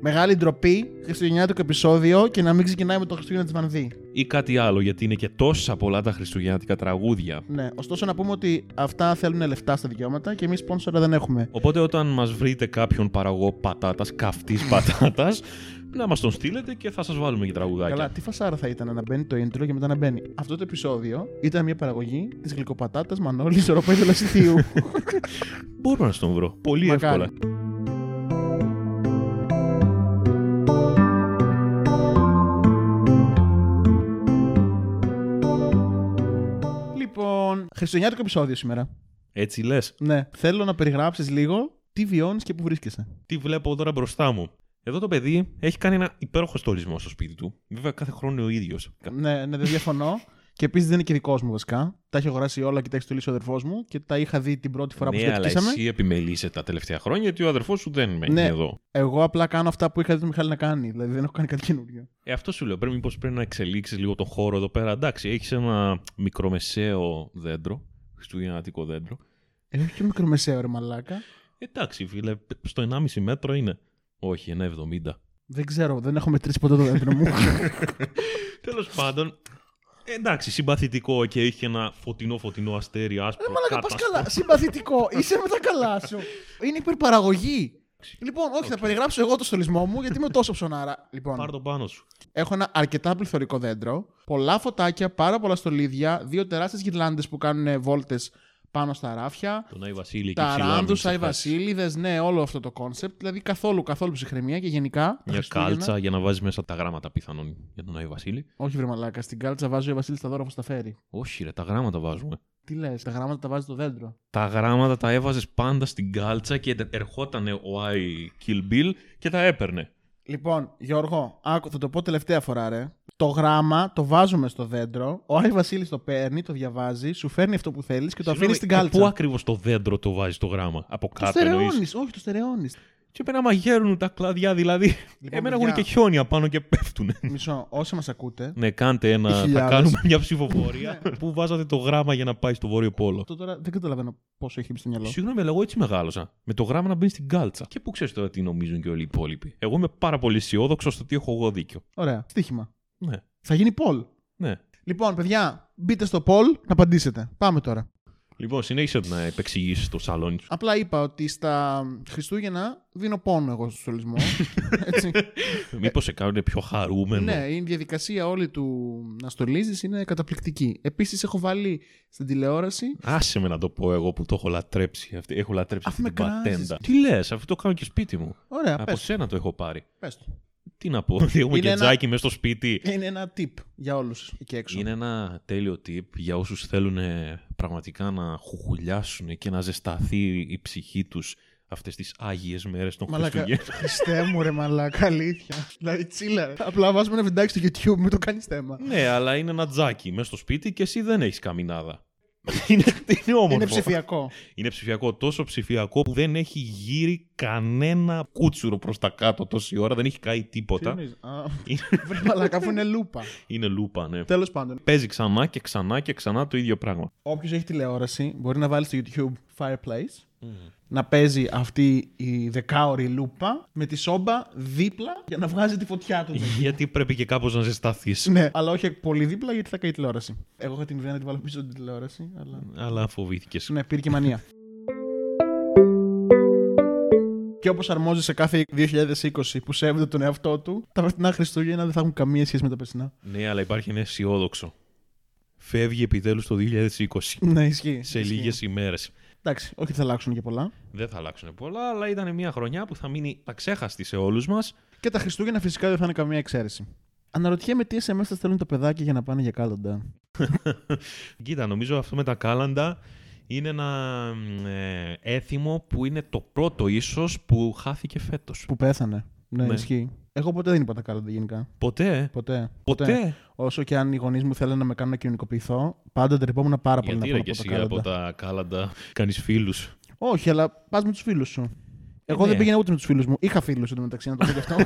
Μεγάλη ντροπή, Χριστουγεννιάτικο επεισόδιο και να μην ξεκινάει με το Χριστούγεννα της Μανδύ. ή κάτι άλλο, γιατί είναι και τόσα πολλά τα χριστουγεννιάτικα τραγούδια. Ναι, ωστόσο να πούμε ότι αυτά θέλουν λεφτά στα δικαιώματα και εμείς πόνσορα δεν έχουμε. Οπότε όταν μας βρείτε κάποιον παραγωγό πατάτας, καυτής πατάτας, να μας τον στείλετε και θα σας βάλουμε και τραγουδάκια. Καλά, τι φασάρα θα ήταν να μπαίνει το intro και μετά να μπαίνει. Αυτό το επεισόδιο ήταν μια παραγωγή της γλυκοπατάτας Μανώλης Ροπέδου Λασιθίου. Μπορώ να στον βρω. Πολύ Μακάρι. εύκολα. λοιπόν, Χριστουγεννιάτικο επεισόδιο σήμερα. Έτσι λες. Ναι, θέλω να περιγράψεις λίγο τι βιώνεις και πού βρίσκεσαι. τι βλέπω τώρα μπροστά μου. Εδώ το παιδί έχει κάνει ένα υπέροχο στολισμό στο σπίτι του. Βέβαια, κάθε χρόνο είναι ο ίδιος. Ναι, ναι, δεν διαφωνώ. και επίσης δεν είναι και δικός μου βασικά. Τα έχει αγοράσει όλα και τα έχει στολίσει ο αδερφός μου και τα είχα δει την πρώτη φορά που Ναι, αλλά σχετικήσαμε. εσύ επιμελείσαι τα τελευταία χρόνια γιατί ο αδερφός σου δεν μένει Ναι. εδώ. Εγώ απλά κάνω αυτά που είχα δει τον Μιχάλη να κάνει. Δηλαδή δεν έχω κάνει κάτι καινούριο. Ε, αυτό σου λέω. Πρέπει, μήπως πρέπει να εξελίξεις λίγο τον χώρο εδώ πέρα. Εντάξει, έχεις ένα μικρομεσαίο δέντρο, χριστουγεννιάτικο δέντρο. Έχω Ε, και μικρομεσαίο ρε μαλάκα. Εντάξει, φίλε, στο 1,5 μέτρο είναι. Όχι, 1,70. Δεν ξέρω, δεν έχω μετρήσει ποτέ το δέντρο μου. Ε, Τέλος πάντων, εντάξει, συμπαθητικό και είχε ένα φωτεινό φωτεινό αστέρι άσπρο. Ρε μαλάκα, πα κάτασπρο. καλά. Συμπαθητικό. Είσαι με τα καλά σου. Είναι υπερπαραγωγή. Λοιπόν, όχι, θα περιγράψω εγώ το στολισμό μου γιατί είμαι τόσο ψωνάρα. Πάρ' Λοιπόν, τον πάνω σου. έχω ένα αρκετά πληθωρικό δέντρο, πολλά φωτάκια, πάρα πολλά στολίδια, δύο τεράστιες γυρλάντες που κάνουν βόλτες πάνω στα ράφια. Τον Άι Βασίλη και Τα ψηλά, μην ράντουσα, οι ξεχάσεις. βασίλειδε, ναι, όλο αυτό το κόνσεπτ. Δηλαδή καθόλου, καθόλου ψυχραιμία και γενικά. τα Μια Χριστούγεννα- κάλτσα για να βάζεις μέσα τα γράμματα πιθανόν για τον Άι Βασίλη. Όχι, βρε μαλάκα. Στην κάλτσα βάζει ο Βασίλης τα δώρα όπως τα φέρει. Όχι, ρε, τα γράμματα βάζουμε. Τι λες, τα γράμματα τα βάζει το δέντρο. Τα γράμματα τα έβαζες πάντα στην κάλτσα και ερχόταν ο Άι Kill Bill και τα έπαιρνε. Λοιπόν, Γιώργο, άκου, θα το πω τελευταία φορά, ρε. Το γράμμα το βάζουμε στο δέντρο. Ο Άι Βασίλης το παίρνει, το διαβάζει, σου φέρνει αυτό που θέλεις και το αφήνεις στην κάλτσα. ε, Πού ακριβώς το δέντρο το βάζει το γραμμα Από το κάτω εννοείς. στερεώνεις, όχι, το στερεώνεις. Και πέρα μαγαίρουν τα κλαδιά, δηλαδή. Εμένα έχουν και Λοιπόν, παιδιά. χιόνια πάνω και πέφτουν. Μισό, όσοι μας ακούτε, ναι, κάντε ένα. Οι Θα χιλιάδες. Ναι. κάνουμε μια ψηφοφορία. Πού βάζατε το γράμμα για να πάει στο Βόρειο Πόλο. αυτό τώρα δεν καταλαβαίνω πόσο έχει μπει στο μυαλό. Συγγνώμη, αλλά εγώ έτσι μεγάλωσα. Με το γράμμα να μπει στην κάλτσα. Και πού ξέρεις τώρα τι νομίζουν και όλοι οι υπόλοιποι. Εγώ είμαι πάρα πολύ αισιόδοξο στο ότι έχω εγώ δίκιο. Ωραία, στοίχημα. Ναι, Θα γίνει poll. ναι. Λοιπόν, παιδιά, μπείτε στο poll να απαντήσετε. Πάμε τώρα. Λοιπόν, συνέχισε να επεξηγήσεις το σαλόνι σου. Απλά είπα ότι στα Χριστούγεννα δίνω πόνο εγώ στο στολισμό. Έτσι. Μήπως σε κάνουν πιο χαρούμενο. Ε, ναι, η διαδικασία όλη του να στολίζεις είναι καταπληκτική. Επίσης, έχω βάλει στην τηλεόραση. Άσε με να το πω εγώ που το έχω λατρέψει. Αυτή, έχω λατρέψει Αφού αυτή με την πατέντα. κράζεις. Τι λες, αυτό το κάνω και σπίτι μου. Ωραία, Από πες, σένα το έχω πάρει. πες το. Τι να πω, ότι έχουμε Είναι και ένα- τζάκι μέσα στο σπίτι. Είναι ένα tip για όλους εκεί έξω. Είναι ένα τέλειο tip για όσους θέλουν ε, πραγματικά να χουχουλιάσουν και να ζεσταθεί η ψυχή τους αυτές τις άγιες μέρες των Μαλάκα. Χριστουγέννων. Χριστέ μου, ρε μαλάκα, αλήθεια. δηλαδή, τσίλα. ρε. Απλά βάζουμε ένα βιντεάκι στο YouTube, μην το κάνεις θέμα. ναι, αλλά είναι ένα τζάκι μέσα στο σπίτι και εσύ δεν έχεις καμινάδα. είναι, είναι όμορφο. Είναι ψηφιακό. Είναι ψηφιακό, τόσο ψηφιακό που δεν έχει γύρει κανένα κούτσουρο προς τα κάτω τόση ώρα, δεν έχει καεί Τι τίποτα. εννοείς? Α, Είναι- Βρε μαλάκα, αφού είναι λούπα. είναι λούπα, ναι. Τέλος πάντων, Παίζει ξανά και ξανά και ξανά το ίδιο πράγμα. όποιος έχει τηλεόραση μπορεί να βάλει στο YouTube Fireplace να παίζει αυτή η δεκάωρη λούπα με τη σόμπα δίπλα για να βγάζει τη φωτιά του. Γιατί πρέπει και κάπως να ζεσταθείς. ναι, αλλά όχι πολύ δίπλα γιατί θα καεί η τηλεόραση. Εγώ είχα την ιδέα να τη βάλω πίσω την τηλεόραση, αλλά. Αλλά φοβήθηκες. Ναι, πήρε και μανία. και όπως αρμόζει σε κάθε 2020 που σέβεται τον εαυτό του, τα φετινά Χριστούγεννα δεν θα έχουν καμία σχέση με τα περσινά. Ναι, αλλά υπάρχει ένα αισιόδοξο. Φεύγει επιτέλους το 2020. Ναι, ισχύει. σε ισχύει. λίγες ημέρες. Εντάξει, όχι θα αλλάξουν και πολλά. Δεν θα αλλάξουν πολλά, αλλά ήταν μια χρονιά που θα μείνει αξέχαστη σε όλους μας. Και τα Χριστούγεννα φυσικά δεν θα είναι καμία εξαίρεση. Αναρωτιέμαι τι SMS θα στέλνουν τα παιδάκια για να πάνε για κάλαντα. Κοίτα, νομίζω αυτό με τα κάλαντα είναι ένα μ, ε, έθιμο που είναι το πρώτο ίσως που χάθηκε φέτος. Που πέθανε. Ναι, Ναι. ισχύει. Εγώ ποτέ δεν είπα τα κάλαντα γενικά. Ποτέ. ε. Ποτέ. Ποτέ. Όσο και αν οι γονείς μου θέλανε να με κάνουν να κοινωνικοποιηθώ, πάντα ντρεπόμουν πάρα πολύ Γιατί να πάω ρε και από τα εσύ από κάλαντα. τα κάλαντα κάνεις φίλους. Όχι, αλλά πας με τους φίλους σου. Εγώ ναι. δεν πήγαινα ούτε με τους φίλους μου. Είχα φίλους εντωμεταξύ, να το πω και αυτό.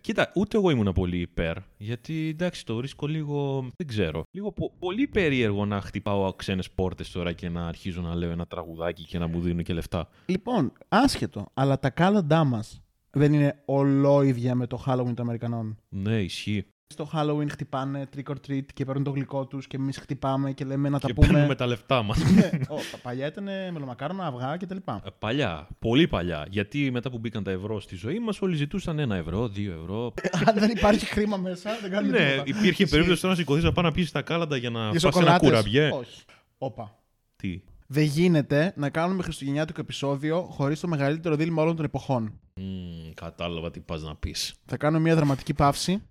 Κοίτα, ούτε εγώ ήμουν πολύ υπέρ. Γιατί εντάξει, το βρίσκω λίγο. Δεν ξέρω. Λίγο πο- πολύ περίεργο να χτυπάω ξένες πόρτες τώρα και να αρχίζω να λέω ένα τραγουδάκι και να μου δίνουν και λεφτά. λοιπόν, άσχετο, αλλά τα κάλαντά μας δεν είναι ολόιδια με το Halloween των Αμερικανών. Ναι, ισχύει. Στο Halloween χτυπάνε trick or treat και παίρνουν το γλυκό τους και εμείς χτυπάμε και λέμε να και τα πούμε. παίρνουμε τα λεφτά μας. Ναι. Ω, τα παλιά ήταν μελομακάρονα, αυγά κτλ. Ε, Παλιά, πολύ παλιά. Γιατί μετά που μπήκαν τα ευρώ στη ζωή μας, όλοι ζητούσαν ένα ευρώ, δύο ευρώ. Αν δεν υπάρχει χρήμα μέσα, δεν κάνουμε Ε, ναι, τίποτα. υπήρχε Ισχύει. περίπτωση τώρα να σηκωθείς να πάει να πιει τα κάλαντα για να Οι πας σε ένα σοκολάτες, κουραμπιέ. Όχι. Όπα. Τι. Δεν γίνεται να κάνουμε χριστουγεννιάτικο επεισόδιο χωρίς το μεγαλύτερο δίλημα όλων των εποχών. Μμμ, κατάλαβα τι πας να πεις. Θα κάνω μια δραματική παύση.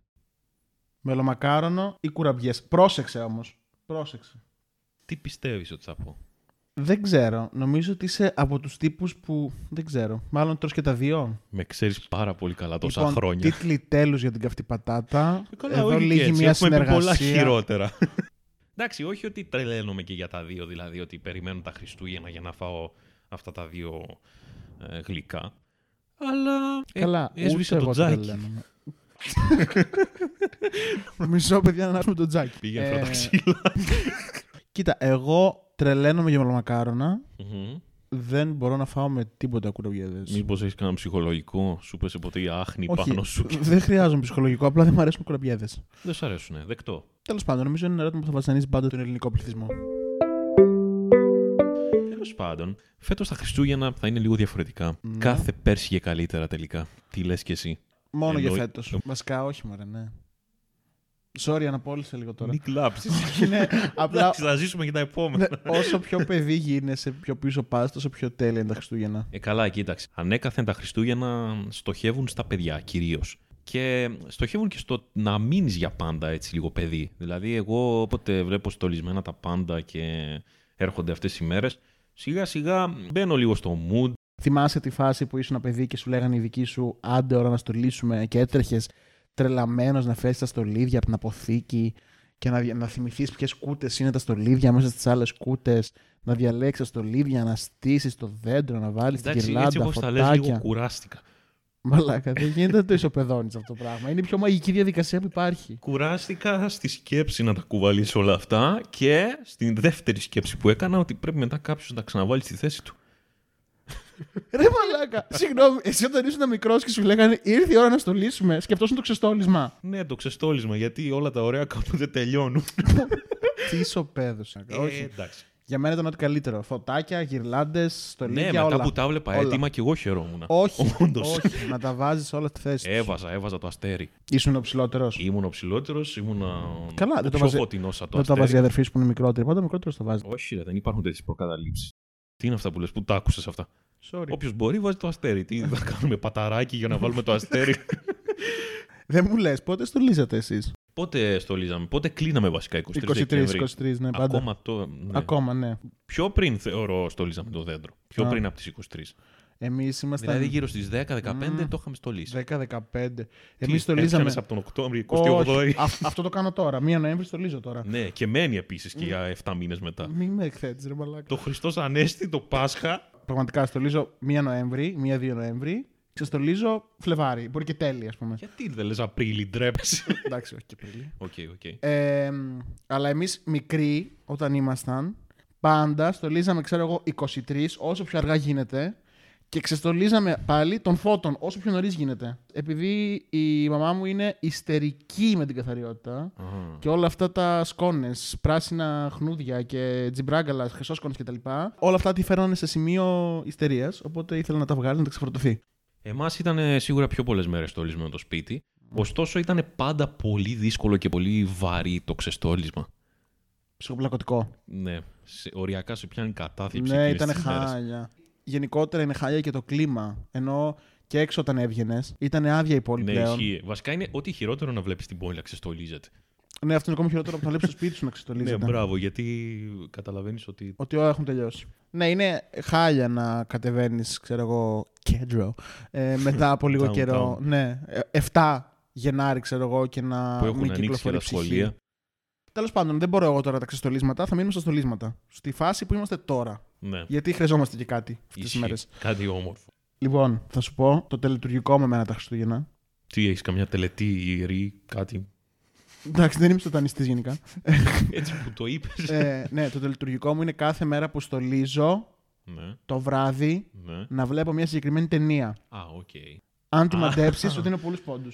Μελομακάρονο ή κουραμπιές. Πρόσεξε όμως. Πρόσεξε. Τι πιστεύεις ότι θα πω. Δεν ξέρω. Νομίζω ότι είσαι από τους τύπους που. Δεν ξέρω. Μάλλον τρως και τα δύο. Με ξέρεις πάρα πολύ καλά τόσα λοιπόν, χρόνια. Τίτλοι τέλους για την καυτή πατάτα. Ε, Καλά, Εδώ όχι και λίγη έτσι, μια έχουμε πει πολλά συνεργασία. χειρότερα. Εντάξει, όχι ότι τρελαίνομαι και για τα δύο, δηλαδή ότι περιμένω τα Χριστούγεννα για να φάω αυτά τα δύο ε, γλυκά. Αλλά. ε, Καλά, έσβησε ούτε το εγώ τζάκι. τρελαίνομαι. Μισό παιδιά να ανάσουμε τον τζάκι. Πήγαινε Ε, αυτά τα ξύλα. Κοίτα, εγώ τρελαίνομαι για μελομακάρονα. Μμμ. Δεν μπορώ να φάω με τίποτα κουραμπιέδες. Μήπως έχεις κανένα ψυχολογικό, σου πέσε ποτέ η άχνη Όχι, πάνω σου. και- δεν χρειάζομαι ψυχολογικό, απλά δεν μου αρέσουν κουραμπιέδες. Δεν σ' αρέσουνε, δεκτό. Τέλος πάντων, νομίζω είναι ένα ερώτημα που θα βασανίζει πάντα τον ελληνικό πληθυσμό. Τέλος πάντων, φέτος τα Χριστούγεννα θα είναι λίγο διαφορετικά. Ναι. Κάθε πέρσι και καλύτερα τελικά. Τι λες κι εσύ. Μόνο για Εννοεί- φέτος. Βασικά, όχι, μωρέ, ναι. Sorry, αναπόλυσε λίγο τώρα. Μην κλάψεις. είναι απλά Θα ζήσουμε και τα επόμενα. ναι, όσο πιο παιδί γίνεσαι, πιο πίσω πας, τόσο πιο τέλεια είναι τα Χριστούγεννα. Ε, καλά, κοίταξε. Ανέκαθεν τα Χριστούγεννα στοχεύουν στα παιδιά κυρίως. Και στοχεύουν και στο να μείνεις για πάντα έτσι λίγο παιδί. Δηλαδή, εγώ όποτε βλέπω στολισμένα τα πάντα και έρχονται αυτές οι μέρες, σιγά σιγά μπαίνω λίγο στο mood. Θυμάσαι τη φάση που ήσουν παιδί και σου λέγανε οι δικοί σου άντε ώρα να στολίσουμε και έτρεχες τρελαμένος να φέρεις τα στολίδια από την αποθήκη και να, δια- να θυμηθείς ποιες κούτες είναι τα στολίδια μέσα στις άλλες κούτες. Να διαλέξεις τα στολίδια, να στήσεις το δέντρο, να βάλεις την Εντάξει, έτσι κυρλάντα, όπως τα λες, λίγο φωτάκια. κουράστηκα. Μαλάκα, δεν γίνεται να το ισοπεδώνεις αυτό το πράγμα. Είναι η πιο μαγική διαδικασία που υπάρχει. Κουράστηκα στη σκέψη να τα κουβαλήσω όλα αυτά και στην δεύτερη σκέψη που έκανα ότι πρέπει μετά κάποιος να τα ξαναβάλει στη θέση του. Ρε μαλάκα, συγγνώμη, εσύ όταν ήσουν μικρός και σου λέγανε ήρθε η ώρα να στολίσουμε, σκεφτόσουν το ξεστόλισμα. Ναι, το ξεστόλισμα, γιατί όλα τα ωραία κάπου δεν τελειώνουν. Τι ισοπαίδωσε. Ε, Όχι. εντάξει. Για μένα ήταν ό,τι καλύτερο. Φωτάκια, γυρλάντες, στολίδια. Ναι, μετά όλα. που τα έβλεπα Όλα. έτοιμα και εγώ χαιρόμουν. Όχι, Όντως. όχι, να τα βάζεις όλα στη θέση. τους. Έβαζα, έβαζα το αστέρι. Ήσουν ο ψηλότερος. Ήμουν ο ψηλότερος, ήμουν ο- Καλά, ο δεν το πιο βάζει- φωτεινός σαν το Δεν τα βάζει η αστέρι. αδερφή σου που είναι μικρότερη. Πάντα μικρότερος τα βάζει. Όχι, ρε, δεν υπάρχουν τέτοιες προκαταλήψεις. Τι είναι αυτά που λες, που τα άκουσες αυτά. Sorry. Όποιος μπορεί, βάζει το αστέρι. Τι θα κάνουμε, παταράκι για να βάλουμε το αστέρι. Δεν μου λες, πότε στολίζατε εσείς. πότε στολίζαμε, πότε κλείναμε βασικά 23 Δεκέμβρη. 23-23, ναι, πάντα. Ακόμα το. ναι. Ακόμα, ναι. Πιο πριν θεωρώ στολίζαμε το δέντρο. Πιο Α. πριν από τις 23. Εμείς ήμασταν. Δηλαδή γύρω στις 10-15 Μμμ. το είχαμε στολίσει. 10-15. Τι, Εμείς στολίζαμε. έφτιανες από τον Οκτώβριο, Όχι, 28 αυ- αυτό το κάνω τώρα. Μία Νοέμβρη στολίζω τώρα. Ναι, και μένει επίσης και για 7 μήνες μετά. Μην με εκθέτεις, ρε μαλάκα. Το Χριστός Ανέστη, το Πάσχα. Πραγματικά στολίζω μία Νοέμβρη, μία-δύο Νοέμβρη. Ξεστολίζω Φλεβάρι. Μπορεί και τέλει, ας πούμε. Γιατί δεν λες Απρίλη, ντρέπεσαι. Εντάξει, όχι και πάλι. Οκ, οκ. Ε, μ, αλλά εμείς μικροί, όταν ήμασταν, πάντα στολίζαμε, ξέρω εγώ, 23, όσο πιο αργά γίνεται. Και ξεστολίζαμε πάλι των φώτων, όσο πιο νωρίς γίνεται. Επειδή η μαμά μου είναι ιστερική με την καθαριότητα. Α, Και όλα αυτά τα σκόνες, πράσινα χνούδια και τζιμπράγκαλα, χρυσόσκονες κτλ. Όλα αυτά τη φέρνανε σε σημείο ιστερίας, οπότε ήθελα να τα βγάλει να τα ξεφορτωθεί. Εμάς ήταν ε, σίγουρα πιο πολλές μέρες στολισμένο το σπίτι. Ωστόσο ήταν πάντα πολύ δύσκολο και πολύ βαρύ το ξεστόλισμα. Ψυχοπλακωτικό. Ναι, σε, οριακά σε πιάνει κατάθλιψη. Ναι, εκείνες ήταν τις μέρες. χάλια. Γενικότερα είναι χάλια και το κλίμα. Ενώ και έξω όταν έβγαινες, ήταν άδεια η πόλη Ναι, πλέον. ισχύει. Βασικά είναι ό,τι χειρότερο να βλέπεις την πόλη να ξεστολίζεται. Ναι, αυτό είναι ακόμη χειρότερο από το να βλέπει το σπίτι σου να ξεστολίζεται. Ναι, μπράβο, γιατί καταλαβαίνεις ότι. ότι όλα έχουν τελειώσει. Ναι, είναι χάλια να κατεβαίνεις, ξέρω εγώ, κέντρο ε, μετά από λίγο Downtown. καιρό. Ναι, ε, 7 Γενάρη, ξέρω εγώ, και να που έχουν μην ανοίξει και κυκλοφορεί τα σχολεία. Τέλος πάντων, δεν μπορώ εγώ τώρα τα ξεστολίσματα. Θα μείνουμε στα στολίσματα. Στη φάση που είμαστε τώρα. Ναι, Γιατί χρειαζόμαστε και κάτι αυτές τις ισχύει. μέρες. Κάτι όμορφο. Λοιπόν, θα σου πω το τελετουργικό με μένα τα Χριστούγεννα. Τι, έχεις καμιά τελετή ιερή, κάτι. Εντάξει, δεν είμαι σατανιστής γενικά. Έτσι που το είπες. ε, ναι, το τελετουργικό μου είναι κάθε μέρα που στολίζω ναι, το βράδυ ναι. να βλέπω μια συγκεκριμένη ταινία. Α, οκ. αν τη μαντέψεις, ότι είναι πολλούς πόντους.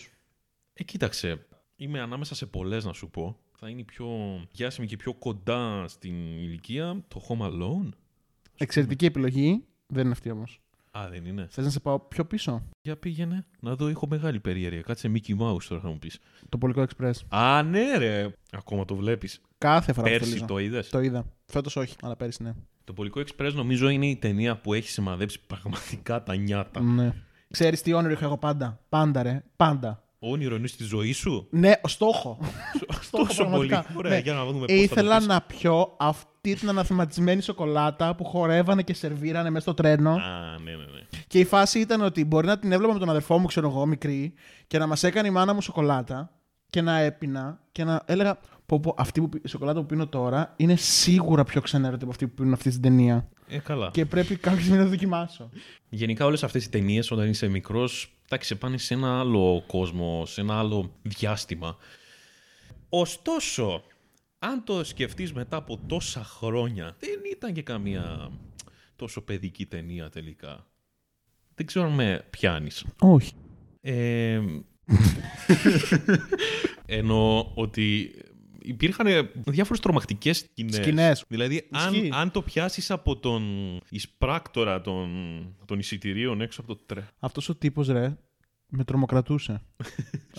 Ε, κοίταξε. Είμαι ανάμεσα σε πολλές να σου πω. Θα είναι η πιο διάσημη και πιο κοντά στην ηλικία το Home Alone. Εξαιρετική επιλογή. Δεν είναι αυτή όμως. Α, δεν είναι. Θες να σε πάω πιο πίσω. Για πήγαινε να δω, έχω μεγάλη περιέργεια. Κάτσε Mickey Mouse τώρα θα μου πεις. Το Πολικό Express. Α, ναι, ρε. Ακόμα το βλέπεις. Κάθε φορά που το Πέρσι λύζω. το είδες. Το είδα. Φέτος όχι, αλλά πέρυσι ναι. Το Πολικό Express νομίζω είναι η ταινία που έχει σημαδέψει πραγματικά τα νιάτα. ναι. Ξέρεις τι όνειρο είχα εγώ πάντα. Πάντα, ρε. Πάντα. Όνειρο είναι στη ζωή σου. Ναι, στόχο. Τόσο πολύ. πραγματικά. Ωραία, Ναι. για να δούμε πώς. Ήθελα να πιω αυτή την αναθεματισμένη σοκολάτα που χορεύανε και σερβίρανε μέσα στο τρένο. Α, ναι, ναι, ναι. Και η φάση ήταν ότι μπορεί να την έβλεπα με τον αδερφό μου, ξέρω εγώ, μικρή, και να μας έκανε η μάνα μου σοκολάτα και να έπινα και να έλεγα. Πω, πω, αυτή που, πι- η σοκολάτα που πίνω τώρα είναι σίγουρα πιο ξενέρωτη από αυτή που πίνουν αυτή την ταινία. Ε, καλά. Και πρέπει κάποια στιγμή να το δοκιμάσω. Γενικά όλες αυτές οι ταινίες όταν είσαι μικρός, εντάξει, σε πάνε σε ένα άλλο κόσμο, σε ένα άλλο διάστημα. Ωστόσο, αν το σκεφτείς μετά από τόσα χρόνια, δεν ήταν και καμία τόσο παιδική ταινία τελικά. Δεν ξέρω αν με πιάνεις. Όχι. Ε, εννοώ ότι υπήρχαν διάφορες τρομακτικές σκηνές. Ναι. Σκηνές. Δηλαδή, Ισχύει. αν, αν το πιάσεις από τον εισπράκτορα των, των εισιτηρίων έξω από το τρε. Αυτός ο τύπος, ρε, με τρομοκρατούσε.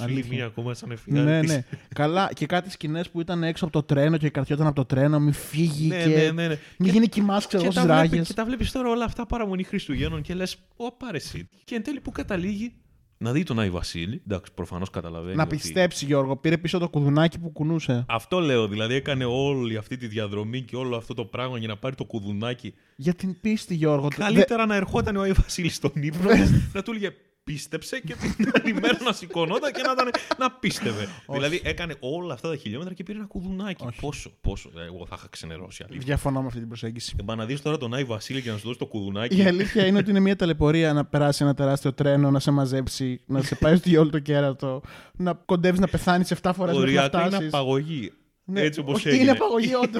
Σου λέει μία ακόμα σαν εφηγάλτη. ναι, ναι. Καλά, και κάτι σκηνές που ήταν έξω από το τρένο και καρτιόταν από το τρένο, μη φύγει. Ναι, και... ναι, ναι, ναι. Μη Και- γίνει κοιμάς, ξέρω Και εγώ, τα, στις βλέπει, ράγες. και τα βλέπεις τώρα όλα αυτά παραμονή Χριστουγέννων και λες, ω πάρε εσύ. Και εν τέλει που καταλήγει να δει τον Άι Βασίλη. Εντάξει, προφανώς καταλαβαίνει. Να ότι- πιστέψει, Γιώργο, πήρε πίσω το κουδουνάκι που κουνούσε. Αυτό λέω, δηλαδή έκανε όλη αυτή τη διαδρομή και όλο αυτό το πράγμα για να πάρει το κουδουνάκι Για την πίστη, Γιώργο. Δε- Ε. Καλύτερα να ερχόταν ο Άι Βασίλης στον ύπνο, να του έλεγε πίστεψε και την άλλη μέρα να σηκωνόταν και να, ήταν, να πίστευε. δηλαδή έκανε όλα αυτά τα χιλιόμετρα και πήρε ένα κουδουνάκι. Πόσο, πόσο. ε, Εγώ θα είχα ξενερώσει αλήθεια. Διαφωνώ με αυτή την προσέγγιση. Εμπα να δεις τώρα τον Άι Βασίλη και να σου δώσει το κουδουνάκι. Η αλήθεια είναι ότι είναι μια ταλαιπωρία να περάσει ένα τεράστιο τρένο, να σε μαζέψει, να σε πάει στο όλο το κέρατο, να κοντεύεις να πεθάνεις 7 φορές μέχρι να Οριακά είναι φτάσεις. απαγωγή. Ναι, έτσι όπως όχι, έγινε. Είναι απαγωγή, όντω.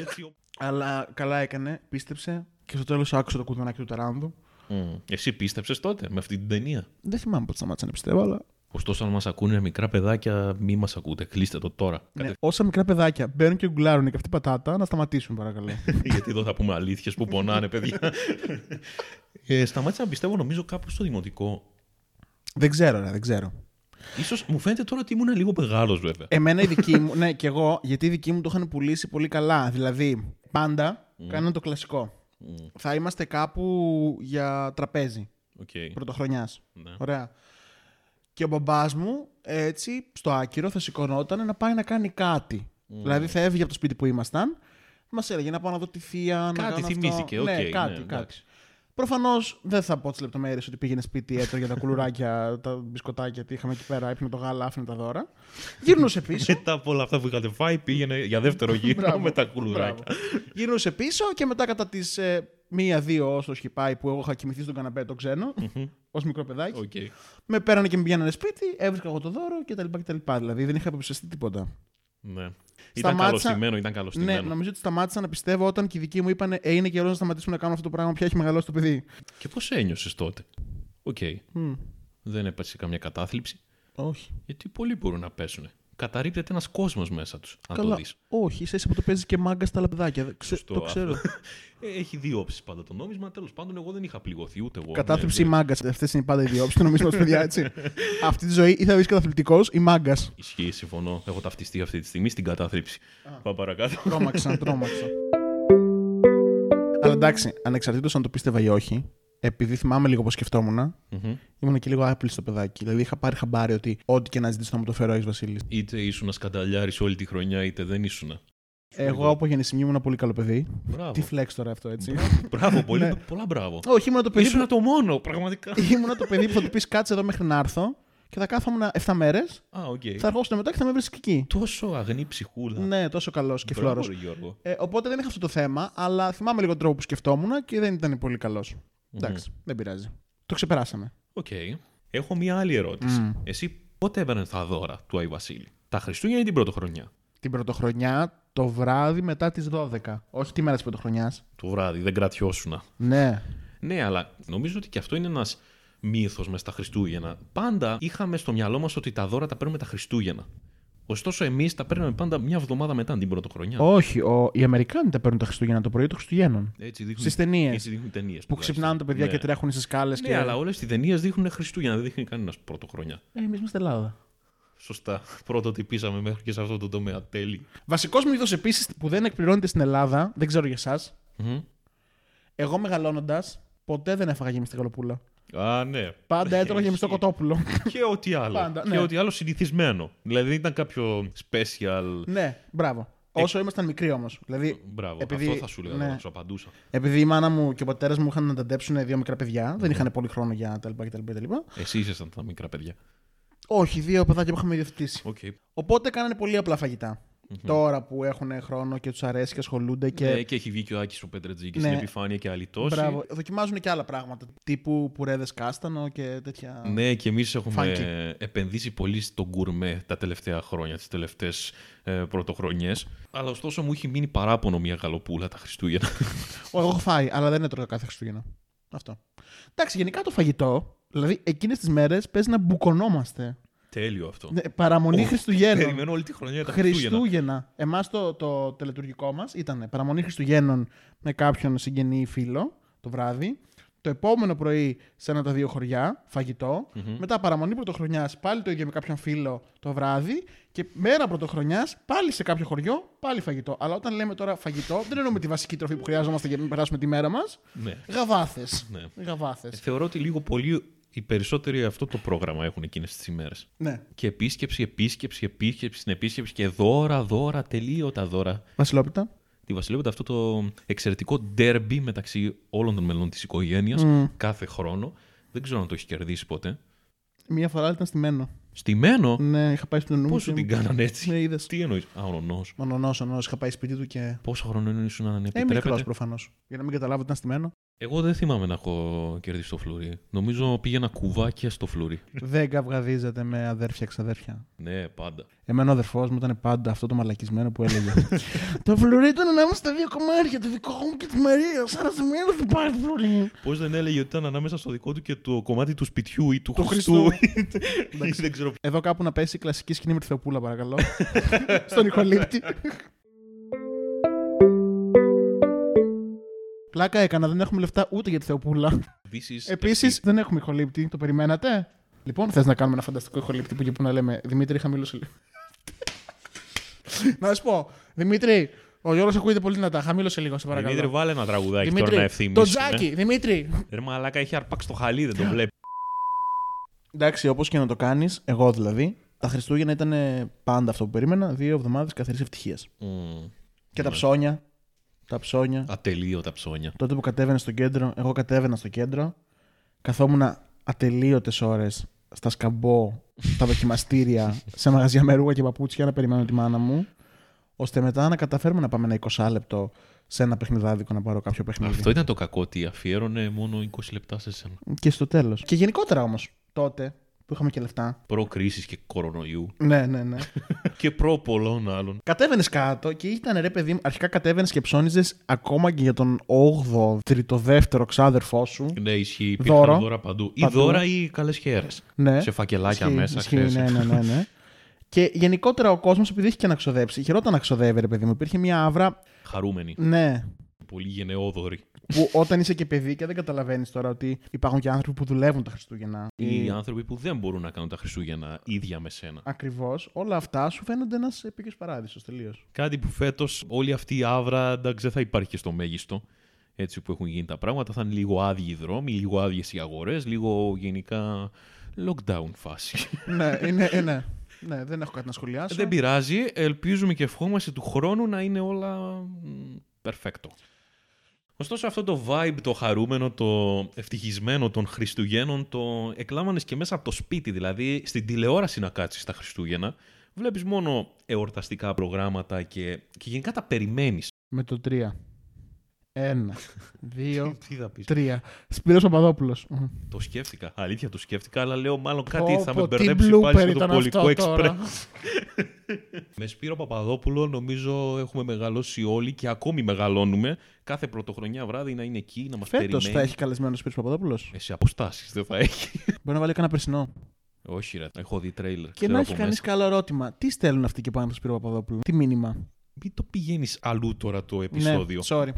Έτσι ο- Αλλά καλά έκανε, πίστεψε και στο τέλος άκουσε το κουδουνάκι του ταράνδου. Μμ. Εσύ πίστεψες τότε με αυτή την ταινία. Δεν θυμάμαι πότε σταμάτησα να πιστεύω, αλλά. Ωστόσο, αν μας ακούνε μικρά παιδάκια, μη μας ακούτε. Κλείστε το τώρα. Ναι, όσα μικρά παιδάκια μπαίνουν και γκουλάρουν και αυτή πατάτα, να σταματήσουν παρακαλώ. Γιατί εδώ θα πούμε αλήθειες που πονάνε, παιδιά. ε, σταμάτησα να πιστεύω, νομίζω, κάπου στο δημοτικό. δεν ξέρω, ρε, δεν ξέρω. Ίσως μου φαίνεται τώρα ότι ήμουν λίγο μεγάλος, βέβαια. Εμένα η δική μου, ναι, και εγώ, γιατί οι δικοί μου το είχαν πουλήσει πολύ καλά. Δηλαδή, πάντα κάνανε το κλασικό. Μμ, Θα είμαστε κάπου για τραπέζι Οκ. πρωτοχρονιάς. Ναι. Ωραία. Και ο μπαμπάς μου, έτσι, στο άκυρο, θα σηκωνόταν να πάει να κάνει κάτι. Δηλαδή, θα έβγαινε από το σπίτι που ήμασταν, μας έλεγε να πάω να δω τη θεία. να Κάτι κάνω θυμήθηκε, αυτό. οκ, ναι, ναι, κάτι, εντάξει. κάτι. Προφανώς δεν θα πω τις λεπτομέρειες ότι πήγαινε σπίτι, έτρωγε τα κουλουράκια, τα μπισκοτάκια, τι είχαμε εκεί πέρα, έπινε το γάλα, άφηνε τα δώρα. Γυρνούσε πίσω. Μετά από όλα αυτά που είχατε φάει, πήγαινε για δεύτερο γύρο Μπράβο, με τα κουλουράκια. Γυρνούσε πίσω και μετά κατά τις ε, μία-δύο όσο έχει πάει που εγώ είχα κοιμηθεί στον καναπέ το ξένο, ως μικρό παιδάκι. Οκ. Με πέρανε και με πήγαινανε σπίτι, έβρισκα εγώ το δώρο κτλ. κτλ. Δηλαδή δεν είχα αποφασιστεί τίποτα. Ναι. Ήταν Σταμάτησα- καλωστημένο, ήταν Ναι, καλωστημένο. νομίζω ότι σταμάτησα να πιστεύω όταν και οι δικοί μου είπαν Ε, είναι καιρός να σταματήσουμε να κάνουμε αυτό το πράγμα πια έχει μεγαλώσει το παιδί. Και πώς ένιωσες τότε. Οκ. Δεν έπεσε καμιά κατάθλιψη. Όχι. Γιατί πολλοί μπορούν να πέσουν. Καταρρύπτεται ένας κόσμος μέσα τους, αν το Καλά. δεις. Όχι, είσαι εσύ που το παίζεις και μάγκα στα λαπεδάκια. Δεν ξε- Σωστό το αυτό. ξέρω. Ε, Έχει δύο όψεις πάντα το νόμισμα. Τέλος πάντων, εγώ δεν είχα πληγωθεί ούτε εγώ. Κατάθλιψη ή Ναι, μάγκας. Αυτές είναι πάντα οι δύο όψεις του νομίσματο, παιδιά, έτσι. Αυτή τη ζωή ή θα βρεις καταθλιπτικός ή μάγκας. δεν- Ισχύει, συμφωνώ. Έχω ταυτιστεί αυτή τη στιγμή στην κατάθλιψη. Πάμε παρακάτω. Τρώμαξα, τρώμαξα. Αλλά εντάξει, ανεξαρτήτως αν το πίστευα ή όχι, επειδή θυμάμαι λίγο πώ σκεφτόμουν, Μμμ. ήμουν και λίγο άπλη στο παιδάκι. Δηλαδή είχα πάρει χαμπάρι ότι ό,τι και να ζητήσει να μου το φέρω, έχει Βασίλης. Είτε ήσουν σκανταλιάρης όλη τη χρονιά, είτε δεν ήσουν. Εγώ από γεννησιμή ήμουν πολύ καλό παιδί. Τι Μπράβο. φλέξ τώρα αυτό, έτσι. μπράβο, πολύ, Ναι. Ε, πολλά μπράβο. όχι, ήμουν το παιδί. Ήσουν το μόνο, πραγματικά. ήμουν το παιδί που θα του πεις κάτσε εδώ μέχρι να έρθω και θα κάθομαι 7 μέρες, Α, οκ. θα ερχόσουν μετά και θα με βρει εκεί. Τόσο αγνή ψυχούλα. Ναι, τόσο καλός και Ε. Μπράβο, φλόρο. ρε Γιώργο. Ε, οπότε δεν είχα αυτό το θέμα, αλλά θυμάμαι λίγο τον τρόπο που σκεφτόμουν και δεν ήταν πολύ καλός. Εντάξει, δεν πειράζει. Το ξεπεράσαμε. Οκ. Έχω μία άλλη ερώτηση. Εσύ πότε έπαιρνε τα δώρα του Άι Βασίλη, τα Χριστούγεννα ή την Πρωτοχρονιά. Την πρωτοχρονιά το βράδυ μετά τις 12. Όχι τη μέρα της πρωτοχρονιάς. Το βράδυ, δεν κρατιόσουνα. Ναι. Ναι, αλλά νομίζω ότι και αυτό είναι ένας μύθος μες στα Χριστούγεννα. Πάντα είχαμε στο μυαλό μας ότι τα δώρα τα παίρνουμε τα Χριστούγεννα. Ωστόσο, εμείς τα παίρναμε πάντα μια εβδομάδα μετά την πρωτοχρονιά. Όχι, ο... οι Αμερικάνοι τα παίρνουν τα Χριστούγεννα το πρωί των Χριστουγέννων. Έτσι δείχνουν, Στις ταινίες. έτσι δείχνουν ταινίες. Που ξυπνάνε τα παιδιά και τρέχουν στις σκάλες. Ναι, και... αλλά όλες τις ταινίες δείχνουν Χριστούγεννα, δεν δείχνει κανένας πρωτοχρονιά. Εμεί Ε, είμαστε Ελλάδα. Σωστά. Πρωτοτυπήσαμε μέχρι και σε αυτό το τομέα. Τέλει. Βασικός μύθος επίσης που δεν εκπληρώνεται στην Ελλάδα, δεν ξέρω για εσάς. Μμμ. Εγώ μεγαλώνοντας, ποτέ δεν έφαγα γεμιστή καλοπούλα. Α, ναι. Πάντα έτρωγα γεμιστό Ισχύει. κοτόπουλο. Και ό,τι άλλο. Πάντα, και ναι. ό,τι άλλο συνηθισμένο. Δηλαδή δεν ήταν κάποιο special. ναι, μπράβο. Όσο ήμασταν μικροί όμως. Δηλαδή, Ε- Μπράβο. επειδή- Αυτό θα σου λέγα, ναι. θα σου απαντούσα. επειδή η μάνα μου και ο πατέρας μου είχαν να ταντέψουν δύο μικρά παιδιά, δεν είχαν πολύ χρόνο για τα λοιπά κτλ. τα λοιπά. Εσύ ήσασταν τα μικρά παιδιά. Όχι, δύο παιδάκια που είχαμε ιδιοθετήσει. Οκ. Οπότε κάνανε πολύ απλά φαγητά. Τώρα που έχουν χρόνο και τους αρέσει και ασχολούνται και. Και... Ναι, και έχει βγει και ο Άκης ο Πέτρετζίκη Ναι. στην επιφάνεια και άλλοι τόσοι. Μπράβο. Δοκιμάζουν και άλλα πράγματα. Τύπου πουρέδες κάστανο και τέτοια. Ναι, και εμείς έχουμε Funky. επενδύσει πολύ στο γκουρμέ τα τελευταία χρόνια, τις τελευταίες ε, πρωτοχρονιές. Αλλά ωστόσο μου έχει μείνει παράπονο μια γαλοπούλα τα Χριστούγεννα. Ω, Εγώ έχω φάει, αλλά δεν έτρωγα κάθε Χριστούγεννα. Αυτό. Εντάξει, γενικά το φαγητό, δηλαδή εκείνες τις μέρες παίζει να μπουκωνόμαστε. Τέλειο αυτό. Ναι, παραμονή Ω, Χριστουγέννων. Περιμένω όλη τη χρονιά τα Χριστούγεννα. Χριστούγεννα. Εμάς το, το τελετουργικό μας ήταν παραμονή Χριστουγέννων με κάποιον συγγενή ή φίλο το βράδυ. Το επόμενο πρωί σε ένα από τα δύο χωριά, φαγητό. Μετά παραμονή πρωτοχρονιάς, πάλι το ίδιο με κάποιον φίλο το βράδυ. Και μέρα πρωτοχρονιάς, πάλι σε κάποιο χωριό, πάλι φαγητό. Αλλά όταν λέμε τώρα φαγητό, δεν εννοούμε τη βασική τροφή που χρειάζομαστε για να μην περάσουμε τη μέρα μας. Ναι. Γαβάθες. Ναι. Γαβάθες. Ε, Θεωρώ ότι λίγο πολύ οι περισσότεροι αυτό το πρόγραμμα έχουν εκείνες τις ημέρες. Ναι. Και επίσκεψη, επίσκεψη, επίσκεψη, στην επίσκεψη και δώρα, δώρα, τελείωτα δώρα. Βασιλόπιτα. Τη βασιλεύεται αυτό το εξαιρετικό ντέρμπι μεταξύ όλων των μελών της οικογένειας Mm. κάθε χρόνο. Δεν ξέρω αν το έχει κερδίσει ποτέ. Μία φορά ήταν στη Μένο. Στημένο, Ναι, είχα πάει στον νου. πώς σου την κάνανε έτσι. Ναι, είδες. Τι εννοείς. Α, ο νονός. Μονονό, ο νονός, είχα πάει σπίτι του και Πόσο χρόνο ήσουν αν Ε, μικρό επιτρέπεται. προφανώς. Για να μην καταλάβω ότι ήταν στημένο. Εγώ δεν θυμάμαι να έχω κερδίσει το φλουρί. Νομίζω πήγαινα κουβάκια στο φλουρί. δεν καυγαδίζεται με αδέρφια ξαδέρφια. ναι, πάντα. Εμένα ο αδερφός μου ήταν πάντα αυτό το μαλακισμένο που έλεγε. το φλουρί ήταν ανάμεσα στα δύο κομμάτια, το δικό μου και της Μαρίας. Άρα σε μένα δεν υπάρχει φλουρί. Πώς δεν έλεγε ότι ήταν ανάμεσα στο δικό του και το κομμάτι του σπιτιού ή του Του Χριστού. Εντάξει. δεν ξέρω. Εδώ κάπου να πέσει η κλασική σκηνή με τη Θεοπούλα, παρακαλώ. Στον ηχολήπτη. Πλάκα έκανα, δεν έχουμε λεφτά ούτε για τη Θεοπούλα. Επίσης, Επίσης, δεν έχουμε ηχολήπτη. Το περιμένατε. Λοιπόν, θες να κάνουμε ένα φανταστικό ηχολήπτη που και που να λέμε Δημήτρη, χαμήλωσε λίγο. να σου πω, Δημήτρη, ο Γιώργος ακούγεται πολύ δυνατά. Χαμήλωσε λίγο, σε παρακαλώ. Δημήτρη, βάλε ένα τραγουδάκι τώρα να Δημήτρη ευθύμεις. το τζάκι, Δημήτρη. Ρε μαλάκα, έχει αρπάξει το χαλί, δεν το βλέπει. Εντάξει, όπως και να το κάνεις, εγώ δηλαδή, τα Χριστούγεννα ήταν ε, πάντα αυτό που περίμενα. Δύο εβδομάδες καθαρής ευτυχίας. Mm. Και τα Ναι. ψώνια. Τα ψώνια. Ατελείωτα ψώνια. Τότε που κατέβαινε στο κέντρο, εγώ κατέβαινα στο κέντρο, καθόμουν ατελείωτες ώρες στα σκαμπό, στα δοκιμαστήρια, σε μαγαζιά με ρούχα και παπούτσια να περιμένω τη μάνα μου, ώστε μετά να καταφέρουμε να πάμε ένα 20 λεπτό σε ένα παιχνιδάδικο να πάρω κάποιο παιχνίδι. Αυτό ήταν το κακό, ότι αφιέρωνε μόνο 20 λεπτά σε σένα. Και στο τέλος. Και γενικότερα όμως, τότε που είχαμε και λεφτά. Προ-κρίση και κορονοϊού Ναι, ναι, ναι. και προ-πολλών άλλων. Κατέβαινες κάτω και ήταν ρε παιδί μου, αρχικά κατέβαινες και ψώνιζες ακόμα και για τον 8ο, τριτοδεύτερο ξάδερφό σου. Ναι, ισχύει. Υπήρχαν Δώρο. δώρα παντού. Ή Παντού. δώρα ή καλές χέρες. Ναι. Σε φακελάκια Ισχύει, μέσα. ισχύει, ξέρεις. ναι, ναι, ναι, ναι. και γενικότερα ο κόσμος, επειδή είχε και να ξοδέψει, χαιρόταν να ξοδεύει, ρε παιδί μου. Υπήρχε μια άβρα, Χαρούμενοι. ναι, Πολύ γενναιόδοροι. που όταν είσαι και παιδί και δεν καταλαβαίνεις τώρα ότι υπάρχουν και άνθρωποι που δουλεύουν τα Χριστούγεννα. Ε, Οι άνθρωποι που δεν μπορούν να κάνουν τα Χριστούγεννα ίδια με σένα. Ακριβώς, όλα αυτά σου φαίνονται ένας επίκαιο παράδεισος τελείως. Κάτι που φέτος όλη αυτή η άβρα εντάξει, δεν θα υπάρχει και στο μέγιστο. Έτσι που έχουν γίνει τα πράγματα, θα είναι λίγο άδειοι οι δρόμοι, λίγο άδειες οι αγορές, λίγο γενικά lockdown φάση. ναι, είναι, ε, ναι, ναι, δεν έχω κάτι να σχολιάσω. δεν πειράζει. Ελπίζουμε και ευχόμαστε του χρόνου να είναι όλα μ, perfecto. Ωστόσο αυτό το vibe, το χαρούμενο, το ευτυχισμένο των Χριστουγέννων το εκλάμβανες και μέσα από το σπίτι, δηλαδή στην τηλεόραση να κάτσεις τα Χριστούγεννα. Βλέπεις μόνο εορταστικά προγράμματα και, και γενικά τα περιμένεις. Με το 3. Ένα, δύο, Τι θα πεις. τρία. Σπύρος Παπαδόπουλος. Μμμ. Το σκέφτηκα. Αλήθεια, το σκέφτηκα, αλλά λέω μάλλον κάτι Πω, θα πω, με τι μπερδέψει blooper πάλι στο ήταν το αυτό πολικό τώρα. εξπρέ. με Σπύρο Παπαδόπουλο νομίζω έχουμε μεγαλώσει όλοι και ακόμη μεγαλώνουμε. Κάθε πρωτοχρονιά βράδυ να είναι εκεί, να μας Φέτος περιμένει. θα έχει καλεσμένο ο Σπύρος Παπαδόπουλος. Ε, σε αποστάσεις δεν θα έχει. Μπορεί να βάλει κανένα περσινό. Όχι, ρε. Έχω δει τρέιλερ. Και να έχει κανείς καλό ερώτημα. Τι στέλνουν αυτοί και πάνω στο Σπύρο Παπαδόπουλο. Τι μήνυμα. Μην το πηγαίνεις αλλού τώρα το επεισόδιο. Ναι, sorry.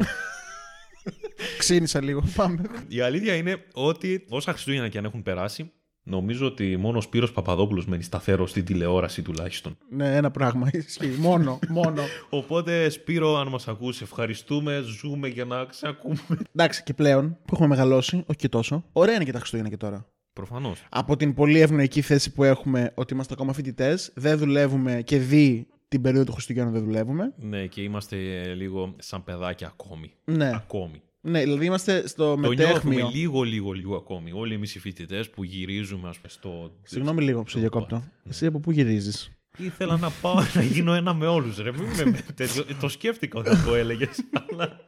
Ξύνησα λίγο. Πάμε. Η αλήθεια είναι ότι όσα Χριστούγεννα και αν έχουν περάσει, νομίζω ότι μόνο ο Σπύρος Παπαδόπουλος μένει σταθερό στην τηλεόραση τουλάχιστον. ναι, ένα πράγμα. Ισχύει. Μόνο, μόνο. Οπότε, Σπύρο, αν μας ακούς, ευχαριστούμε, ζούμε για να ξακούμε. Εντάξει, και πλέον που έχουμε μεγαλώσει, όχι και τόσο. Ωραία είναι και τα Χριστούγεννα και τώρα. Προφανώς. Από την πολύ ευνοϊκή θέση που έχουμε ότι είμαστε ακόμα φοιτητές, δεν δουλεύουμε και δει την περίοδο του Χριστουγέννου δεν δουλεύουμε. Ναι, και είμαστε ε, λίγο σαν παιδάκια ακόμη. Ναι, Ακόμη. ναι δηλαδή είμαστε στο Το νιώθουμε μετέχμιο. λίγο, λίγο, λίγο ακόμη. Όλοι εμείς οι φοιτητές που γυρίζουμε, ας πούμε, στο... Συγγνώμη λίγο που σε διακόπτω. Εσύ από πού γυρίζεις. Ήθελα να πάω να γίνω ένα με όλους, ρε. Μην με- με- τέτοιο. Ε, Το σκέφτηκα όταν το έλεγες, αλλά...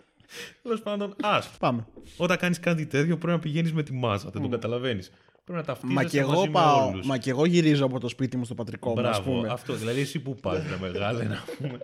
Τέλος πάντων, ας Πάμε. Όταν κάνεις κάτι τέτοιο, πρέπει να πηγαίνεις με τη μάζα. Δεν το καταλαβαίνεις. Πρέπει να ταυτίζεσαι Μα και, μαζί εγώ με πάω, όλους. μα και εγώ γυρίζω από το σπίτι μου στο πατρικό μου, ας Μπράβο, πούμε. αυτό. Δηλαδή, εσύ που πας, ρε μεγάλε, να πούμε.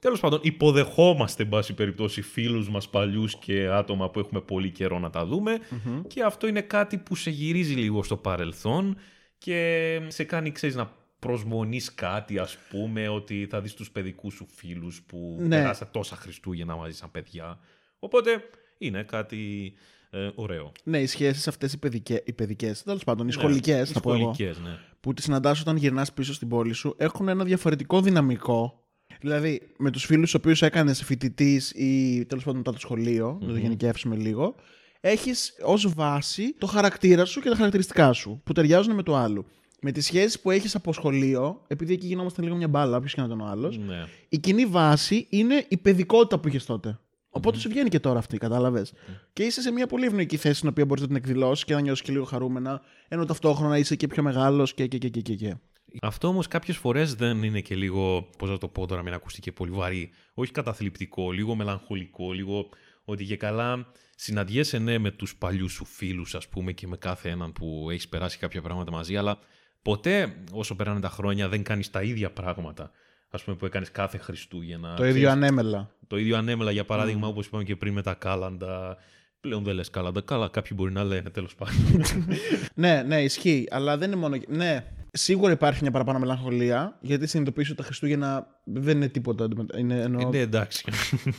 Τέλος πάντων, υποδεχόμαστε, εν πάση περιπτώσει, φίλους μας παλιούς και άτομα που έχουμε πολύ καιρό να τα δουμε Και αυτό είναι κάτι που σε γυρίζει λίγο στο παρελθόν και σε κάνει, ξέρεις, να προσμονείς κάτι, ας πούμε, ότι θα δεις τους παιδικούς σου φίλους που Ναι. περάσατε τόσα Χριστούγεννα μαζί σαν παιδιά. Οπότε είναι κάτι ε, ωραίο. Ναι, οι σχέσεις αυτές οι, παιδικέ, οι παιδικές, τέλος πάντων, οι σχολικέ, θα πω εγώ, Ναι, Σχολικές, ναι. που τις συναντάς όταν γυρνάς πίσω στην πόλη σου, έχουν ένα διαφορετικό δυναμικό. Δηλαδή, με τους φίλους του οποίους έκανες φοιτητής ή τέλος πάντων μετά το σχολειο να το γενικεύσουμε λίγο, έχεις ως βάση το χαρακτήρα σου και τα χαρακτηριστικά σου που ταιριάζουν με το άλλο. Με τις σχέσεις που έχεις από σχολείο, επειδή εκεί γινόμαστε λίγο μια μπάλα, όποιος και να ήταν ο άλλος, Ναι. η κοινή βάση είναι η παιδικότητα που είχες τότε. Οπότε σου βγαίνει και τώρα αυτή, κατάλαβες. Και είσαι σε μια πολύ ευνοϊκή θέση στην οποία μπορείς να την εκδηλώσεις και να νιώσεις και λίγο χαρούμενα, ενώ ταυτόχρονα είσαι και πιο μεγάλος και, και, και, και, και, και. Αυτό όμως κάποιες φορές δεν είναι και λίγο, πώς να το πω τώρα, μην ακουστεί και πολύ βαρύ. Όχι καταθλιπτικό, λίγο μελαγχολικό, λίγο ότι και καλά συναντιέσαι ναι με τους παλιούς σου φίλους, ας πούμε, και με κάθε έναν που έχεις περάσει κάποια πράγματα μαζί, αλλά ποτέ όσο περνάνε τα χρόνια δεν κάνεις τα ίδια πράγματα. Ας πούμε, που έκανες κάθε Χριστούγεννα. Το Ξέρεις, ίδιο Mm. ανέμελα. το ίδιο ανέμελα, για παράδειγμα, όπως είπαμε και πριν με τα κάλαντα. Πλέον δεν λες κάλαντα. Καλά, κάποιοι μπορεί να λένε τέλος πάντων. Ναι, ναι, ισχύει. Αλλά δεν είναι μόνο. Ναι, σίγουρα υπάρχει μια παραπάνω μελαγχολία, γιατί συνειδητοποιήσω ότι τα Χριστούγεννα δεν είναι τίποτα. Είναι, εννοώ, Ε, ναι, εντάξει.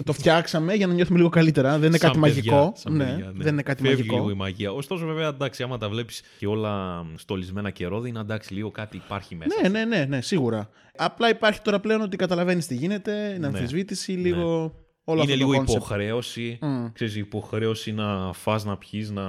το φτιάξαμε για να νιώθουμε λίγο καλύτερα. Δεν είναι Σαν κάτι παιδιά, μαγικό. σαν ναι, παιδιά, ναι. δεν είναι κάτι Φεύγει λίγο μαγικό. η μαγεία. Ωστόσο, βέβαια, εντάξει, άμα τα βλέπεις και όλα στολισμένα και ρόδινα, εντάξει, λίγο κάτι υπάρχει μέσα. Ναι, ναι, ναι, ναι, σίγουρα. Απλά υπάρχει τώρα πλέον ότι καταλαβαίνεις τι γίνεται, είναι αμφισβήτηση, λίγο. Όλο Ναι. είναι αυτό λίγο το concept. Mm. υποχρέωση. Ξέρεις, η υποχρέωση να φας, να πιεις, να,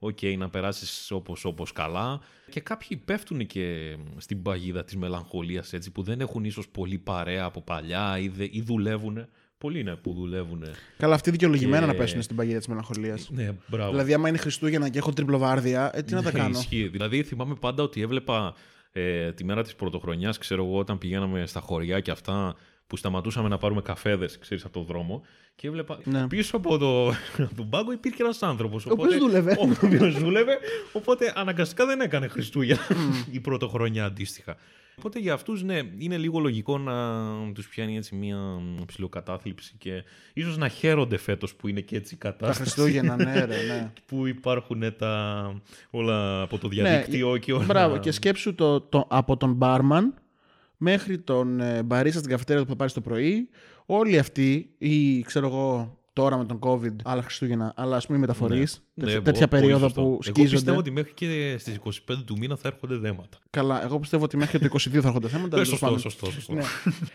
okay, να περάσεις όπως, όπως καλά. Και κάποιοι πέφτουν και στην παγίδα της μελαγχολίας έτσι, που δεν έχουν ίσως πολύ παρέα από παλιά ή, δε, ή δουλεύουν. Πολλοί είναι που δουλεύουν. Καλά, αυτοί δικαιολογημένα Και- να πέσουν στην παγίδα της μελαγχολίας. Ναι, μπράβο. Δηλαδή, άμα είναι Χριστούγεννα και έχω τριπλοβάρδια, ε, τι να τα Ναι, κάνω. Ισχύει. Δηλαδή θυμάμαι πάντα ότι έβλεπα ε, τη μέρα της πρωτοχρονιάς, ξέρω εγώ, όταν πηγαίναμε στα χωριά και αυτά που σταματούσαμε να πάρουμε καφέδες, ξέρεις, από τον δρόμο και έβλεπα Ναι. πίσω από το, από τον πάγκο υπήρχε ένας άνθρωπος. οποίος δούλευε. Ο οποίος δούλευε, οπότε αναγκαστικά δεν έκανε Χριστούγεννα η πρωτοχρονιά αντίστοιχα. Οπότε για αυτούς, ναι, είναι λίγο λογικό να τους πιάνει έτσι μια ψηλοκατάθλιψη και ίσως να χαίρονται φέτος που είναι και έτσι η Τα κατάσταση Χριστούγεννα, ναι, ρε, ναι. που υπάρχουν ε, τα όλα από το διαδίκτυο και όλα. Ναι, Μπράβο, και σκέψου το, το, από τον μπάρμαν μέχρι τον ε, μπαρίστα στην καφετέρια που θα πάρει το πρωί, όλοι αυτοί, ή ξέρω εγώ τώρα με τον COVID, άλλα Χριστούγεννα, αλλά ας πούμε οι μεταφορείς, Ναι, τέτοια, μπο- τέτοια πολύ περίοδο σωστό. που Εγώ σκίζονται. πιστεύω ότι μέχρι και στις 25 του μήνα θα έρχονται δέματα. Καλά, εγώ πιστεύω ότι μέχρι το 22 θα έρχονται θέματα. Ε, αλλά τέλος σωστό, πάντων. σωστό, σωστό. Ναι.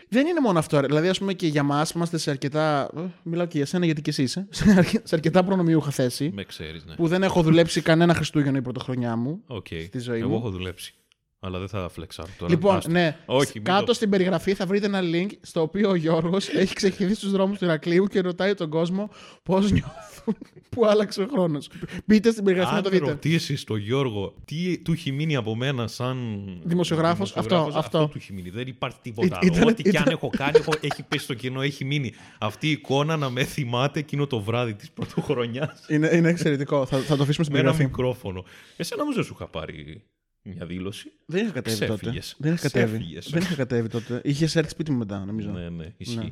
Δεν είναι μόνο αυτό. ρε. Δηλαδή, ας πούμε και για μας είμαστε σε αρκετά. ε, Μιλάω και για σένα γιατί και εσύ είσαι. Σε αρκε- Σε αρκετά προνομιούχα θέση. Με ξέρεις, ναι. Που δεν έχω δουλέψει κανένα Χριστούγεννο ή πρωτοχρονιά μου. Οκ. στη ζωή Εγώ μου. έχω δουλέψει. Αλλά δεν θα φλεξάρω τώρα. Λοιπόν, Άστο. ναι. Όχι, σ- μην κάτω το- στην περιγραφή θα βρείτε ένα link στο οποίο ο Γιώργος έχει ξεχυθεί στου δρόμους του Ηρακλείου και ρωτάει τον κόσμο πώς νιώθουν που άλλαξε ο χρόνος. Μπείτε στην περιγραφή να το Αν δείτε. ρωτήσεις τον Γιώργο τι του έχει μείνει από μένα σαν. Δημοσιογράφος, αυτό, αυτό. αυτό. του έχει μείνει. Δεν υπάρχει τίποτα. Ή- άλλο. ήταν- Ό,τι και αν ήταν- έχω κάνει, έχω, έχει πέσει στο κοινό, έχει μείνει. Αυτή η εικόνα να με θυμάται εκείνο το βράδυ της πρωτοχρονιάς Είναι, είναι εξαιρετικό. θα, θα το αφήσουμε στην με ένα περιγραφή. μικρόφωνο. Εσένα όμως δεν σου είχα πάρει μια δήλωση. Δεν είχα κατέβει τότε. Ξέφυγες. Δεν είχα κατέβει. Ξέφυγες. Δεν είχα κατέβει τότε. Είχε έρθει σπίτι μου μετά, νομίζω. Ναι, ναι, ισχύει. Ναι.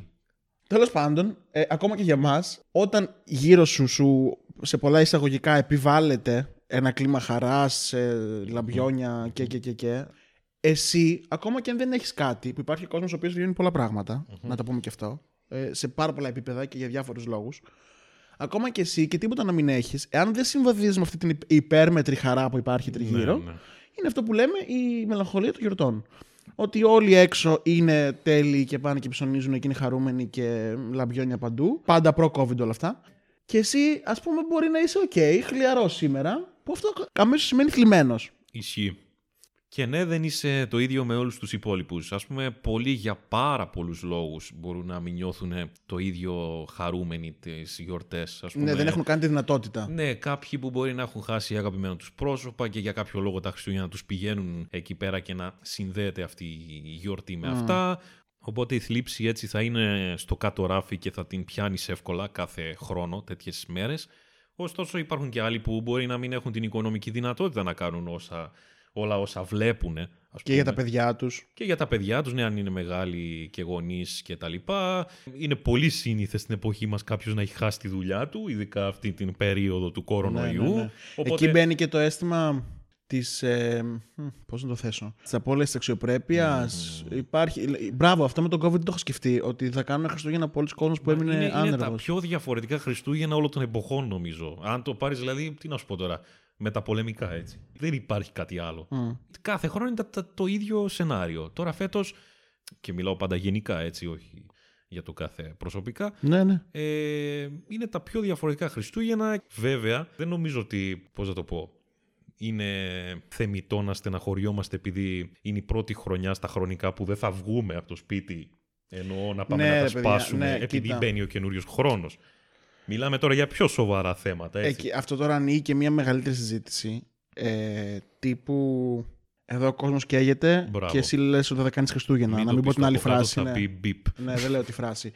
Τέλος πάντων, ε, ακόμα και για μας, όταν γύρω σου, σου σε πολλά εισαγωγικά επιβάλλεται ένα κλίμα χαράς, ε, Ναι. λαμπιόνια και, και, και, και, εσύ, ακόμα και αν δεν έχεις κάτι, που υπάρχει κόσμος ο οποίος βιώνει πολλά πράγματα, να το πούμε και αυτό, ε, σε πάρα πολλά επίπεδα και για διάφορους λόγους, ακόμα και εσύ και τίποτα να μην έχεις, εάν δεν συμβαδίζεις με αυτή την υ- υπέρμετρη χαρά που υπάρχει τριγύρω, Ναι, ναι. είναι αυτό που λέμε η μελαγχολία των γιορτών. Ότι όλοι έξω είναι τέλειοι και πάνε και ψωνίζουν και είναι χαρούμενοι και λαμπιόνια παντού. Πάντα προ-COVID όλα αυτά. Και εσύ, ας πούμε, μπορεί να είσαι OK, χλιαρός σήμερα, που αυτό αμέσω σημαίνει θλιμμένο. Ισχύει. Και ναι, δεν είσαι το ίδιο με όλους τους υπόλοιπους. Ας πούμε, πολλοί για πάρα πολλούς λόγους μπορούν να μην νιώθουν το ίδιο χαρούμενοι τις γιορτές. Ας πούμε, Ναι, δεν έχουν καν τη δυνατότητα. Ναι, κάποιοι που μπορεί να έχουν χάσει αγαπημένα τους πρόσωπα και για κάποιο λόγο τα Χριστούγεννα τους πηγαίνουν εκεί πέρα και να συνδέεται αυτή η γιορτή με αυτά. Οπότε η θλίψη έτσι θα είναι στο κάτω ράφι και θα την πιάνεις εύκολα κάθε χρόνο τέτοιες μέρες. Ωστόσο υπάρχουν και άλλοι που μπορεί να μην έχουν την οικονομική δυνατότητα να κάνουν όσα, όλα όσα βλέπουν. Και για τα παιδιά τους. Και για τα παιδιά τους, ναι, αν είναι μεγάλοι και γονείς και τα λοιπά. Είναι πολύ σύνηθες στην εποχή μας κάποιος να έχει χάσει τη δουλειά του, ειδικά αυτή την περίοδο του κορονοϊού. Οπότε, Ναι, Εκεί μπαίνει και το αίσθημα της. Ε, μ, πώς να το θέσω. Της απώλεια τη αξιοπρέπειας. Ναι. Υπάρχει. Μπράβο, αυτό με τον COVID δεν το έχω σκεφτεί. Ότι θα κάνουν Χριστούγεννα πολλοί κόσμος που έμεινε είναι, είναι τα άνεργος. πιο διαφορετικά Χριστούγεννα όλων των εποχών, νομίζω. Αν το πάρεις, δηλαδή, τι να σου πω τώρα, με τα πολεμικά, έτσι. Δεν υπάρχει κάτι άλλο. Κάθε χρόνο είναι τα- τα- το ίδιο σενάριο. Τώρα φέτος, και μιλάω πάντα γενικά, έτσι, όχι για το κάθε προσωπικά, Ναι, ναι. Ε, είναι τα πιο διαφορετικά Χριστούγεννα. Βέβαια, δεν νομίζω ότι, πώς να το πω, είναι θεμητό να στεναχωριόμαστε επειδή είναι η πρώτη χρονιά στα χρονικά που δεν θα βγούμε από το σπίτι ενώ να πάμε Ναι, να ρε τα παιδιά, σπάσουμε ναι, επειδή κοίτα. μπαίνει ο καινούριος χρόνος. Μιλάμε τώρα για πιο σοβαρά θέματα, έτσι. Εκεί, αυτό τώρα ανοίγει Ε, και μια μεγαλύτερη συζήτηση. Ε, τύπου. Εδώ ο κόσμος καίγεται Μπράβο. και εσύ λες ότι θα κάνεις Χριστούγεννα. να το μην πω πεις την το άλλη από κάτω, φράση. Θα Ναι. πει μπιπ. ναι, δεν λέω τη φράση.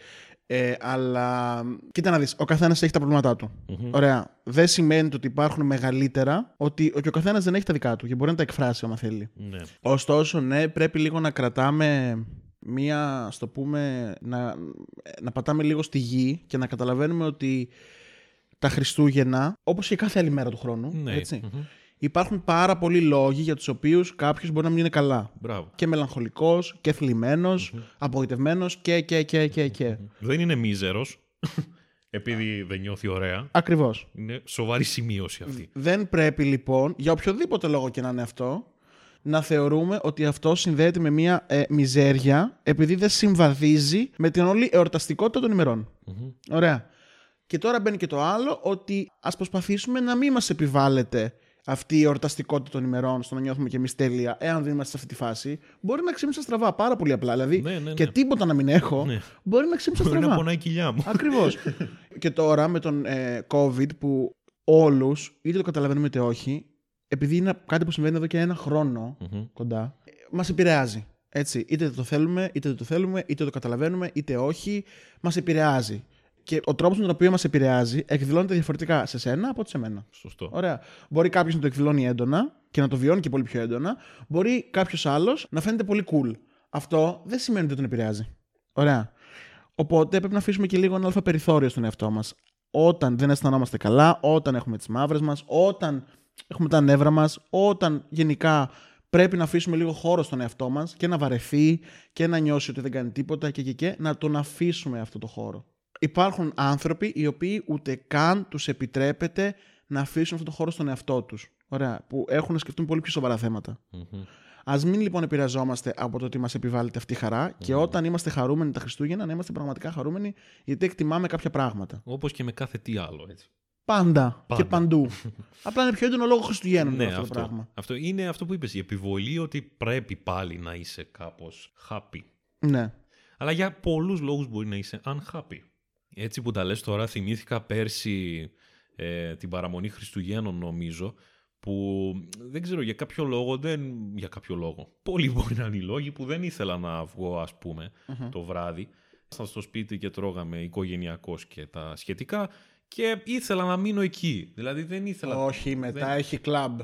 Ε, αλλά κοίτα να δεις. Ο καθένας έχει τα προβλήματά του. Μμμ. Ωραία. Δεν σημαίνει το ότι υπάρχουν μεγαλύτερα, ότι και ο καθένας δεν έχει τα δικά του και μπορεί να τα εκφράσει άμα θέλει. Ναι. Ωστόσο, ναι, πρέπει λίγο να κρατάμε μία, ας το πούμε, να, να πατάμε λίγο στη γη και να καταλαβαίνουμε ότι τα Χριστούγεννα, όπως και κάθε άλλη μέρα του χρόνου, Ναι. έτσι, Μμμ. υπάρχουν πάρα πολλοί λόγοι για τους οποίους κάποιος μπορεί να μην είναι καλά. Μπράβο. Και μελαγχολικός και θλιμμένος, απογοητευμένος και, και, και, και, και. Δεν είναι μίζερος επειδή δεν νιώθει ωραία. Ακριβώς. Είναι σοβαρή σημείωση αυτή. Δεν πρέπει λοιπόν, για οποιοδήποτε λόγο και να είναι αυτό, να θεωρούμε ότι αυτό συνδέεται με μια ε, μιζέρια επειδή δεν συμβαδίζει με την όλη εορταστικότητα των ημερών. Μμμ. Ωραία. Και τώρα μπαίνει και το άλλο ότι ας προσπαθήσουμε να μην μας επιβάλλεται αυτή η εορταστικότητα των ημερών στο να νιώθουμε και εμείς τέλεια, εάν δεν είμαστε σε αυτή τη φάση. Μπορεί να ξύμισα στραβά πάρα πολύ απλά. Δηλαδή Ναι, ναι, ναι. και τίποτα να μην έχω, Ναι. μπορεί να ξύμισα Μπορεί να στραβά. πονάει η κοιλιά μου. Ακριβώς. και τώρα με τον ε, COVID που όλους, είτε το καταλαβαίνουμε είτε όχι, επειδή είναι κάτι που συμβαίνει εδώ και ένα χρόνο Μμμ. κοντά, μας επηρεάζει. Έτσι, είτε το θέλουμε, είτε δεν το θέλουμε, είτε το καταλαβαίνουμε, είτε όχι, μας επηρεάζει. Και ο τρόπος με τον οποίο μας επηρεάζει εκδηλώνεται διαφορετικά σε σένα από ότι σε μένα. Σωστό. Ωραία. Μπορεί κάποιος να το εκδηλώνει έντονα και να το βιώνει και πολύ πιο έντονα. Μπορεί κάποιος άλλος να φαίνεται πολύ cool. Αυτό δεν σημαίνει ότι δεν τον επηρεάζει. Ωραία. Οπότε πρέπει να αφήσουμε και λίγο ένα αλφα περιθώριο στον εαυτό μας. Όταν δεν αισθανόμαστε καλά, όταν έχουμε τις μαύρες μας, όταν έχουμε τα νεύρα μας, όταν γενικά πρέπει να αφήσουμε λίγο χώρο στον εαυτό μας και να βαρεθεί και να νιώσει ότι δεν κάνει τίποτα και, και, και να τον αφήσουμε αυτό το χώρο. Υπάρχουν άνθρωποι οι οποίοι ούτε καν τους επιτρέπεται να αφήσουν αυτό το χώρο στον εαυτό τους. Ωραία. Που έχουν να σκεφτούν πολύ πιο σοβαρά θέματα. Μμμ. Ας μην λοιπόν επηρεαζόμαστε από το ότι μας επιβάλλεται αυτή η χαρά και Ναι. όταν είμαστε χαρούμενοι τα Χριστούγεννα να είμαστε πραγματικά χαρούμενοι γιατί εκτιμάμε κάποια πράγματα. Όπως και με κάθε τι άλλο, έτσι. Πάντα, Πάντα. και παντού. Απλά είναι πιο έντονο λόγω Χριστουγέννων Ναι, αυτό, αυτό, το πράγμα. αυτό είναι αυτό που είπες, η επιβολή ότι πρέπει πάλι να είσαι κάπως happy. Ναι. Αλλά για πολλούς λόγους μπορεί να είσαι unhappy. Έτσι που τα λες τώρα, θυμήθηκα πέρσι ε, την παραμονή Χριστουγέννων νομίζω, που δεν ξέρω για κάποιο λόγο, δεν, για κάποιο λόγο. Πολλοί μπορεί να είναι οι λόγοι που δεν ήθελα να βγω ας πούμε Μμμ. το βράδυ. Ήμασταν στο σπίτι και τρώγαμε οικογενειακός και τα σχετικά και ήθελα να μείνω εκεί. Δηλαδή δεν ήθελα Όχι, μετά δεν- έχει κλαμπ.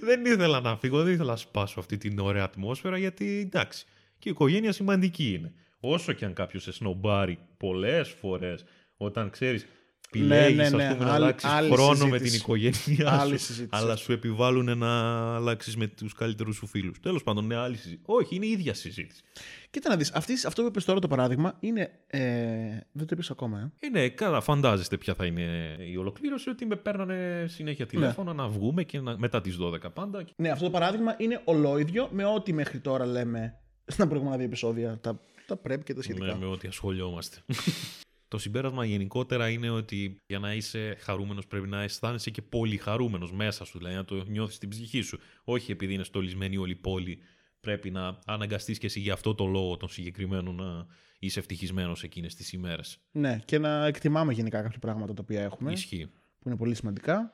δεν ήθελα να φύγω, δεν ήθελα να σπάσω αυτή την ωραία ατμόσφαιρα γιατί εντάξει. Και η οικογένεια σημαντική είναι. Όσο και αν κάποιος σε σνομπάρει πολλές φορές, όταν ξέρεις, επιλέγεις ναι, ναι. πούμε, να Άλλη- αλλάξεις άλλη χρόνο με την συζήτηση. οικογένειά Άλλη σου, συζήτηση. αλλά σου επιβάλλουν να αλλάξεις με τους καλύτερους σου φίλους. Τέλος πάντων, είναι άλλη συζήτηση. Όχι, είναι η ίδια συζήτηση. Κοίτα να δεις, αυτή, αυτό που είπες τώρα το παράδειγμα είναι... Ε, δεν το είπες ακόμα, ε. Ε, ναι, καλά, φαντάζεστε ποια θα είναι η ολοκλήρωση, ότι με παίρνανε συνέχεια τηλέφωνα να βγούμε και να, μετά τις 12 πάντα. Ναι, αυτό το παράδειγμα είναι ολόιδιο με ό,τι μέχρι τώρα λέμε στα προηγούμενα δύο επεισόδια. Τα, τα πρέπει και τα σχετικά. Ναι, με ό,τι ασχολιόμαστε. το συμπέρασμα γενικότερα είναι ότι για να είσαι χαρούμενος πρέπει να αισθάνεσαι και πολύ χαρούμενος μέσα σου, δηλαδή να το νιώθεις στην ψυχή σου. Όχι επειδή είναι στολισμένη όλη η πόλη, πρέπει να αναγκαστείς και εσύ για αυτό το λόγο τον συγκεκριμένο να είσαι ευτυχισμένος εκείνες τις ημέρες. Ναι, και να εκτιμάμε γενικά κάποια πράγματα τα οποία έχουμε, Ισχύει. που είναι πολύ σημαντικά.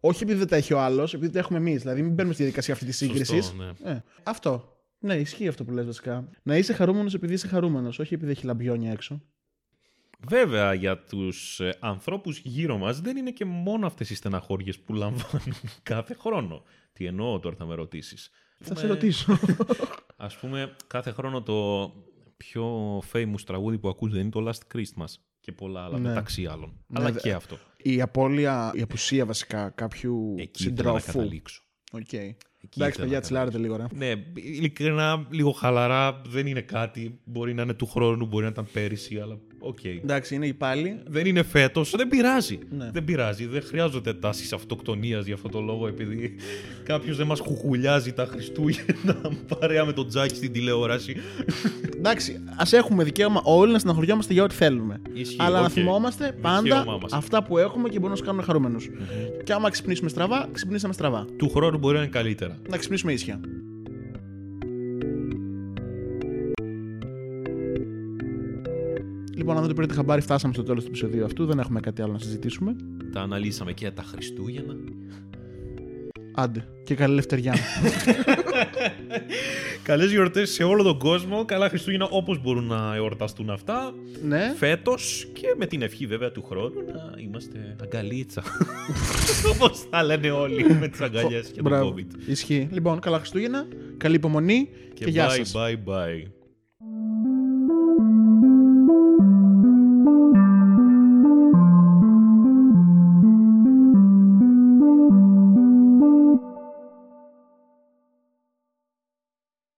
Όχι επειδή δεν τα έχει ο άλλος, επειδή τα έχουμε εμείς. Δηλαδή, μην μπαίνουμε στη διαδικασία αυτή της σύγκριση. Σωστό, ναι. Ε, αυτό. Ναι, ισχύει αυτό που λες βασικά. Να είσαι χαρούμενος επειδή είσαι χαρούμενος, όχι επειδή έχει λαμπιόνια έξω. Βέβαια, για τους ανθρώπους γύρω μας δεν είναι και μόνο αυτές οι στεναχώριες που λαμβάνουν κάθε χρόνο. Τι εννοώ τώρα, θα με ρωτήσεις. Θα Ναι. σε ρωτήσω. Ας πούμε, κάθε χρόνο το πιο famous τραγούδι που ακούς δεν είναι το Last Christmas και πολλά άλλα Ναι. μεταξύ άλλων. Ναι, Αλλά δε- και αυτό. η απώλεια, η απουσία βασικά κάποιου Εκεί ήθελα να συντρόφου. καταλήξω. Οκ. ήθελα Εντάξει, παιδιά, να τσιλάρετε λίγο. Ρε. Ναι, ειλικρινά, λίγο χαλαρά, δεν είναι κάτι. Μπορεί να είναι του χρόνου, μπορεί να ήταν πέρυσι, αλλά οκ. Εντάξει, είναι υπάλληλοι. Δεν είναι φέτος, δεν πειράζει. Ναι. Δεν πειράζει. Δεν χρειάζονται τάσεις αυτοκτονίας για αυτό το λόγο, επειδή κάποιος δεν μας χουχουλιάζει τα Χριστούγεννα παρέα με τον Τζάκι στην τηλεόραση. Εντάξει, ας έχουμε δικαίωμα όλοι να στεναχωριόμαστε για ό,τι θέλουμε. Ισχύει, Αλλά να οκ. θυμόμαστε πάντα Δικαίωμά μας. αυτά που έχουμε και μπορούν να μα κάνουν χαρούμενου. Και άμα ξυπνήσουμε στραβά, ξυπνήσαμε στραβά. Του χρόνου μπορεί να είναι καλύτερα. Να ξυπνήσουμε ίσια. Λοιπόν, αν δεν το πήρατε χαμπάρι, φτάσαμε στο τέλος του επεισοδίου αυτού. Δεν έχουμε κάτι άλλο να συζητήσουμε. Τα αναλύσαμε και τα Χριστούγεννα. Άντε, και καλή ελευθεριά. Καλές γιορτές σε όλο τον κόσμο. Καλά Χριστούγεννα όπως μπορούν να εορταστούν αυτά. Ε. ναι. Φέτος και με την ευχή βέβαια του χρόνου να είμαστε αγκαλίτσα. όπως θα λένε όλοι με τις αγκαλιές και τον Μπράβο. COVID. Ισχύει. Λοιπόν, καλά Χριστούγεννα, καλή υπομονή και, γεια bye, σας. bye, bye.